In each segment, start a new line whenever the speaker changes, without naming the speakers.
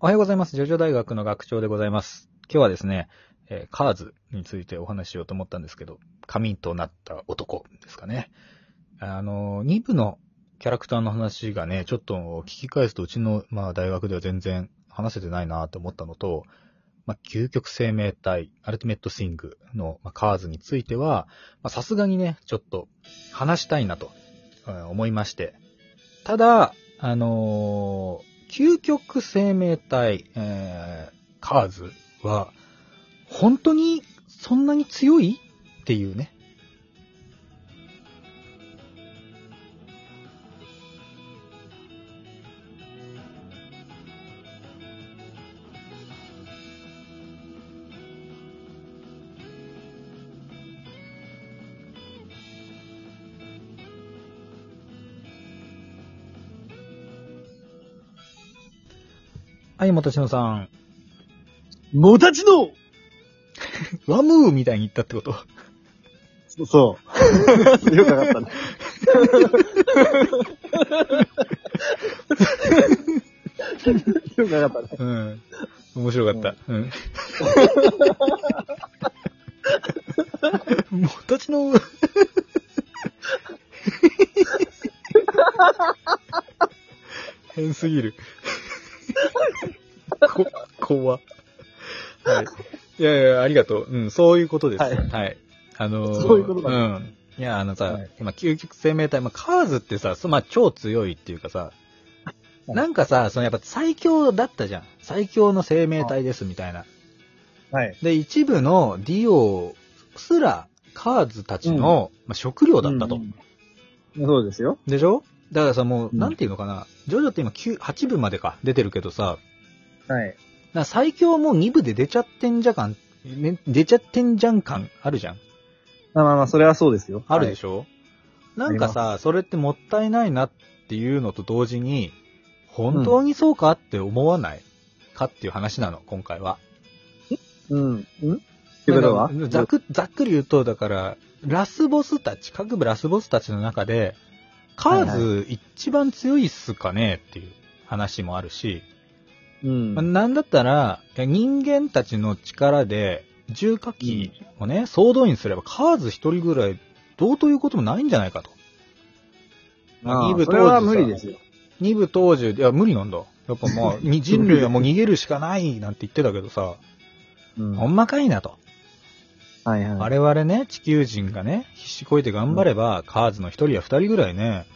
おはようございます。ジョジョ大学の学長でございます。今日はですね、えーカーズについてお話ししようと思ったんですけど、神となった男ですかね。あのー、2部のキャラクターの話がね、ちょっと聞き返すとうちの、まあ、大学では全然話せてないなと思ったのと、まあ、究極生命体、アルティメットスイングの、まあ、カーズについては、まあさすがにね、ちょっと話したいなとうん思いまして。ただ、あのー究極生命体、えーカーズは、本当にそんなに強いっていうね。はい、もたしのさん。
もたちの
ワムーみたいに言ったってこと。
そう。そう。よくわかったね。よくわかったね。
うん。面白かった。うん。 もたちの、変すぎる。こ、怖。はい。いやいや、ありがとう。うん、そういうことです。は。
はいい
あのー
そういうことだ
うん。いや、あのさ、
はい
今、究極生命体、まあ、カーズってさ、そまあ、超強いっていうかさ、
はい
なんかさ、そのやっぱ最強だったじゃん。最強の生命体ですみたいな。
はい。
で、一部のディオすら、カーズたちの、まあ、食料だったと。
うんそうですよ。
でしょだからさ、もう、
うん
なんていうのかな。ジョジョって今9、8部までか、出てるけどさ、
はい。
なんか最強もう2部で出ちゃってんじゃ感、ね、出ちゃってんじゃん感あるじゃん。
まあまあまあ、それはそうですよ。
あるで
し
しょ、なんかさ、それってもったいないなっていうのと同時に、本当にそうかって思わないかっていう話なの、今回は。
ょ。うん。んってことは
ざっくざっくり言うと、だから、ラスボスたち、各部ラスボスたちの中で、カーズ一番強いっすかねっていう話もあるし、
うん
まあ。なんだったら、いや人間たちの力で、重火器をね、総動員すれば、カーズ一人ぐらい、どうということもないんじゃないかと。
まあ
二部
それは
当時
無
さ
理ですよ。
二部当時、いや、無理なんだ。やっぱ まあ、に人類はもう逃げるしかないなんて言ってたけどさ、
うん
ほんまかいなと。
はいは
我
い。
々ね、地球人がね、必死こいて頑張れば、カーズの一人や二人ぐらいね、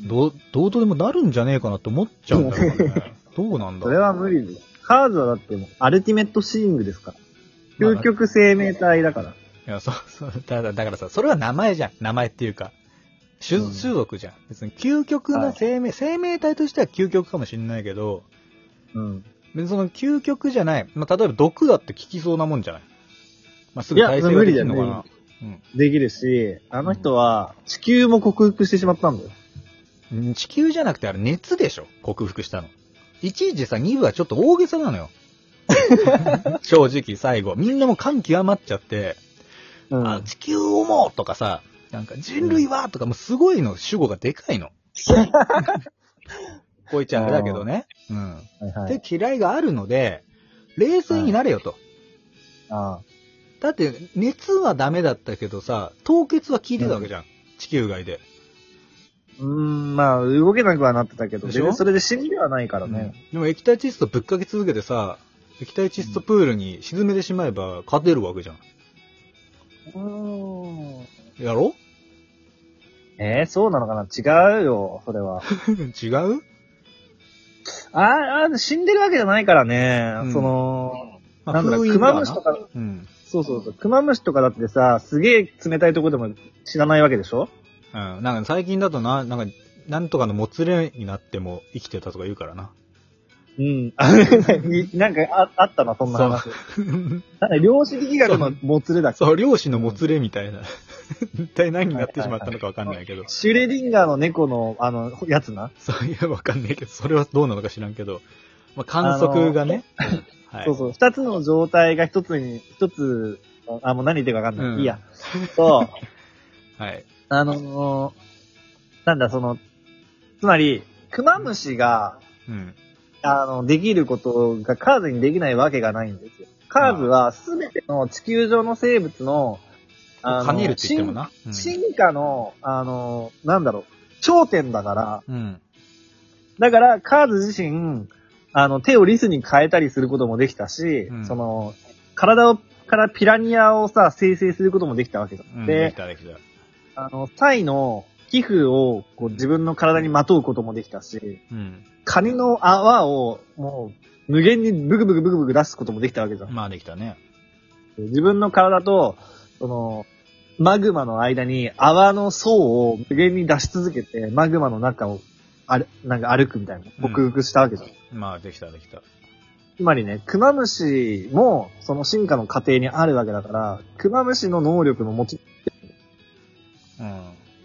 どう、どうとでもなるんじゃねえかなって思っちゃうんだよ ね。どうなんだ
それは無理です。カーズはだってもう、アルティメットシーイングですから。究極生命体だから。
いや、そう、そう、だだだからさ、それは名前じゃん。名前っていうか。種
うん
種族じゃん。別に究極の生命、生命体としては究極かもしれないけど、
うん。
別にその究極じゃない。まあ、例えば毒だって効きそうなもんじゃない。まあ、すぐ
いや
耐性ができるのか
無理だ
な
よ。できるし、あの人は、地球も克服してしまったんだよ。
うん地球じゃなくてあれ熱でしょ克服したの。いちいちさ、2部はちょっと大げさな のよ。正直、最後。みんなもう感極まっちゃって、
う
あ地球をもうとかさ、なんか人類はとかもうすごいの、主語がでか いの。こいちゃんがだけどね。うん。
はいは
で
い。、
嫌いがあるので、冷静になれよと。
あ
だって、熱はダメだったけどさ、凍結は効いてたわけじゃん。地球外で。
うーん、まあ、動けなくはなってたけど、
でしょ
別にそれで死んではないからね。
でも液体窒素ぶっかけ続けてさ、液体窒素プールに沈めてしまえば勝てるわけじゃん。
うん。
やろ
えー、そうなのかな違うよ、それは。
違う
あーあー、死んでるわけじゃないからね。
うん
その、
ま
なんだろう、クマムシと。か、
封印はなうん。
そうそうそう、クマムシとかだってさ、すげえ冷たいとこでも死なないわけでしょ
うん。なんか最近だとな、なんか、なんとかのもつれになっても生きてたとか言うから な。
うん。 あいなんかああったな、そんな話。なんか量子力学のもつれだっけ
そう、漁師のもつれみた いな。一体何になってしまったのかわかんないけど。
シュレディンガーの猫の、あの、やつな。
そういや、わかんないけど、それはどうなのか知らんけど。まあ、観測がね。は
そうそう。二つの状態が一つに、一つ、あ、もう何言ってるかわかんない。
うん
いいや。そう。
はい。
あのーなんだ、その、つまり、クマムシが、
うん。
あの、できることがカーズにできないわけがないんですよ。カーズはすべての地球上の生物の、あ
跳ねるって言ってもな。うん
進進化の、あの、なんだろう、頂点だから、
うん。
だからカーズ自身、あの、手をリスに変えたりすることもできたし、
うん
その、体を、からピラニアをさ、生成することもできたわけだ。
うん。で
で
き、たできた。
あの、サイの皮膚をこう自分の体にまとうこともできたし、
うん。
カニの泡をもう無限にブクブクブクブク出すこともできたわけじゃん。
まあできたね。
自分の体と、その、マグマの間に泡の層を無限に出し続けて、マグマの中を、あれ、なんか歩くみたいな、克服したわけじゃん。
まあできたできた。
つまりね、クマムシも、その進化の過程にあるわけだから、クマムシの能力の持ち、
うん。い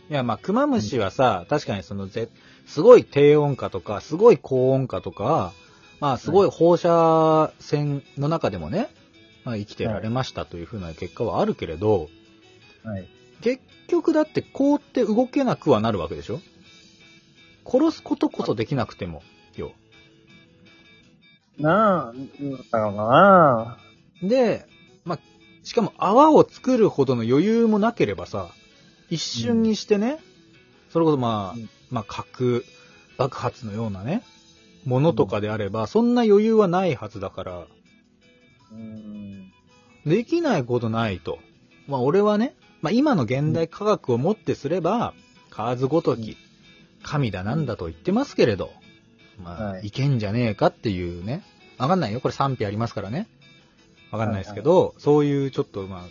や、まあ、クマムシはさ、確かにそのぜ、すごい低温下とか、すごい高温下とか、まあ、すごい放射線の中でもね、まあ、生きてられましたというふうな結果はあるけれど、
はい。
結局だって凍って動けなくはなるわけでしょ殺すことこそできなくても、よ。
なあ、うんだろうな
で、まあ、しかも泡を作るほどの余裕もなければさ、一瞬にしてね、それこそまあ、
うん
まあ、核爆発のようなね、ものとかであれば、そんな余裕はないはずだから、
うん。
できないことないと。まあ、俺はね、まあ、今の現代科学をもってすれば、数ごとき、神だなんだと言ってますけれど、まあ、
はい
いけんじゃねえかっていうね、わかんないよ。これ賛否ありますからね。わかんないですけど、そういうちょっと、まあ、思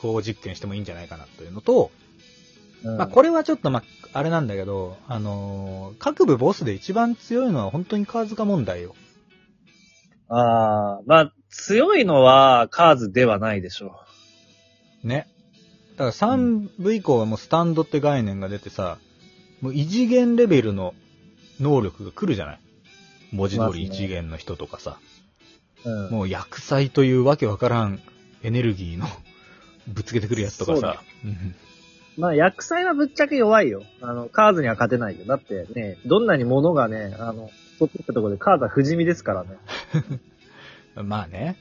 考実験してもいいんじゃないかなというのと、まあ、これはちょっと、まあ、あれなんだけど、あのー各部ボスで一番強いのは本当に数化問題よ。
ああ、まあ、強いのはカーズではないでしょ
ね。だから3部以降はもうスタンドって概念が出てさ、もう異次元レベルの能力が来るじゃない文字通り
ま
異
すね
次元の人とかさ、
う。うん。
もう薬剤というわけわからんエネルギーのぶつけてくるやつとか
そうだ
さ、うん
まあ、薬剤はぶっちゃけ弱いよ。あの、カーズには勝てないよ。だってね、どんなに物がね、あの、取ってきたところでカーズは不死身ですからね。
まあね。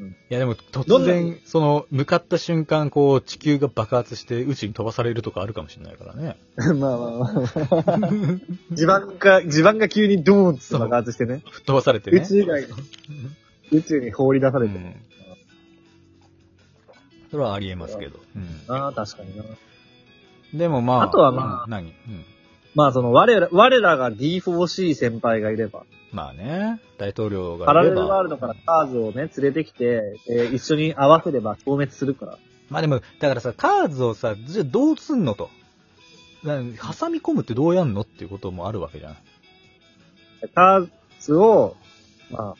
うん
いやでも
ど
突
んな
然、その、向かった瞬間、こう、地球が爆発して宇宙に飛ばされるとかあるかもしれないから ね。
まあまあまあ。地盤が、地盤が急にドーンと爆発してね。
吹っ飛ばされてね。
宇宙以外、宇宙に放り出されて
う
る。
んそれはありえますけど。うん
ああ、確かにな。
でもまあ、
あとはまあ
うん何うん
まあ、その、我ら、我らが D4C 先輩がいれば、
まあね、大統領が
パラ
い
レ
れ
ル
ば。
ワールドからカーズをね、連れてきて、えー一緒に合わせれば消滅するから。
まあでも、だからさ、カーズをさ、じゃあどうすんのと。な挟み込むってどうやんのっていうこともあるわけじゃない。
カーズを、ま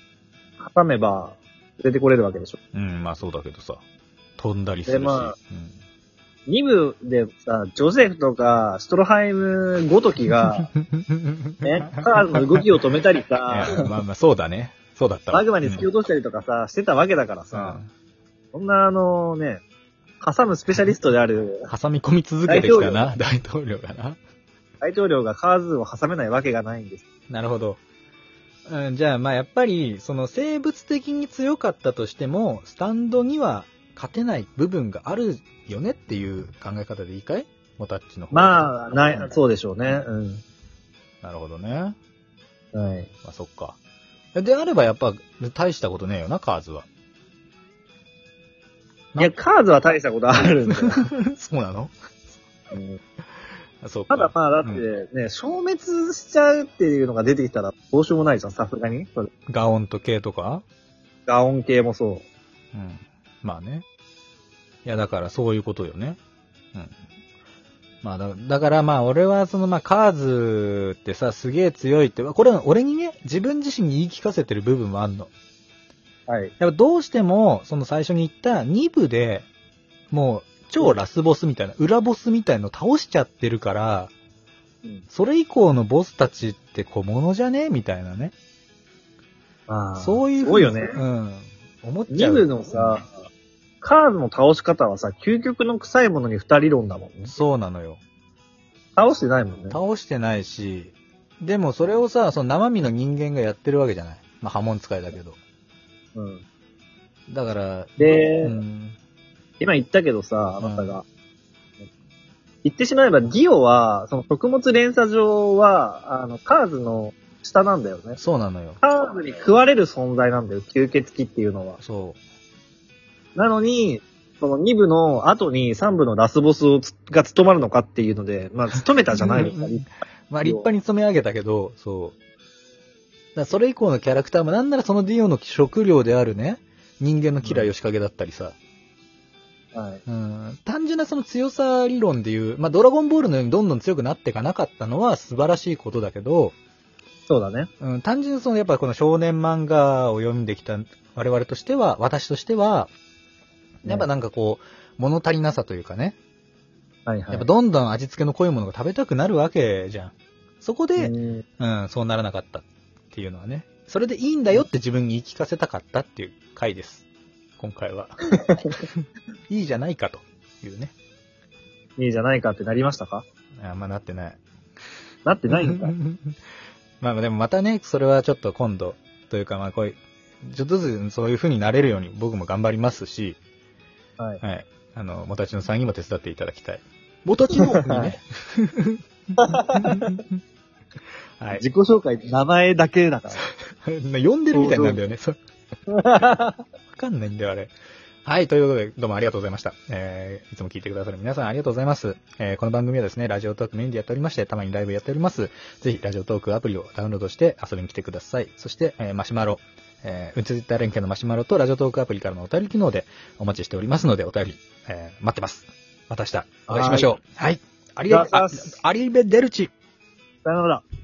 あ、挟めば、連れてこれるわけでしょ。
うん、まあそうだけどさ。飛んだりするし。
でまあ
うん
2部でさ、ジョセフとか、ストロハイムごときが、 ね、カーズの動きを止めたり
いや
さ、
まあまあ、そうだね。そうだったわ
マグマに突き落としたりとかさ、してたわけだから
うん
さ、そんなあのね、挟むスペシャリストである
挟み込み続けてきたな、大統領がな。
大統領がカーズを挟めないわけがないんです。
なるほど。うん、じゃあ、まあ、やっぱり、その生物的に強かったとしても、スタンドには勝てない部分があるよねっていう考え方でいいかいモタッチの方。
まあ、な
う
い、
ん
そうでしょうね。うん。
なるほどね。
はい。
まあ、そっか。であれば、やっぱ、大したことねえよな、カーズは。
いや、カーズは大したことあるんだよ。
そうなの
うん
そっか。
ただまあ、だってね、消滅しちゃうっていうのが出てきたらどうしようもないじゃん、さすがに。それ
ガオンと系とか
ガオン系もそう。
うん。まあね。いや、だからそういうことよね。うん。まあだ、だからまあ俺はそのまあカーズってさ、すげえ強いって、これは俺にね、自分自身に言い聞かせてる部分もあんの。
はい。
やっぱどうしても、その最初に言った2部で、もう超ラスボスみたいな、裏ボスみたいの倒しちゃってるから、
うん。
それ以降のボスたちって小物じゃねみたいなね。
あー
そういう
す
ふう
ごい
に
よね。
うん。思っちゃ
2
う。
部のさ、カーズの倒し方はさ、究極の臭いものに二人論だもんね。
そうなのよ。
倒してないもんね。
倒してないし、でもそれをさ、その生身の人間がやってるわけじゃない。まあ、波紋使いだけど。
うん。
だから、
で、
うん。
今言ったけどさ、あなたが。言ってしまえば、ディオは、その食物連鎖上は、あの、カーズの下なんだよね。
そうなのよ。
カーズに食われる存在なんだよ、吸血鬼っていうのは。
そ
なのに、その2部の後に3部のラスボスをつが務まるのかっていうので、まあ、務めたじゃないのか。
うんう。まあ、立派に染め上げたけど、そう。だからそれ以降のキャラクターも、なんならそのディオの食料であるね、人間のキラー吉影だったりさ、
はい。
うん、単純なその強さ理論でいう、まあ、ドラゴンボールのようにどんどん強くなっていかなかったのは素晴らしいことだけど、
そうだね。
うん、単純にそのやっぱこの少年漫画を読んできた我々としては、私としては、やっぱなんかこう、物足りなさというかね、
はいはい。
やっぱどんどん味付けの濃いものが食べたくなるわけじゃん。そこで、
うん
うん、そうならなかったっていうのはね。それでいいんだよって自分に言い聞かせたかったっていう回です。今回 は。 いいじゃないかというね。
いいじゃないかってなりましたか
あんまなってない。
なっ てないのか
まあでもまたね、それはちょっと今度というかまあこういう、ちょっとずつそういう風になれるように僕も頑張りますし、
はい。
はい。あの、もたちのさんにも手伝っていただきたい。もたちのに ね。はい。
自己紹介、名前だけだか
呼んでるみたいなんだよね。そう
ら。
わかんないんだよ、あれ。はい、ということで、どうもありがとうございました。えー、いつも聞いてくださる皆さんありがとうございます。えー、この番組はですね、ラジオトークメインでやっておりまして、たまにライブやっております。ぜひ、ラジオトークアプリをダウンロードして遊びに来てください。そして、えー、マシュマロ、えー、うんツイッター連携のマシュマロとラジオトークアプリからのお便り機能でお待ちしておりますので、お便り、えー、待ってます。また明日、お会いしましょう。はい。ありがとう、
あ
あアリベデルチ。
さよなら。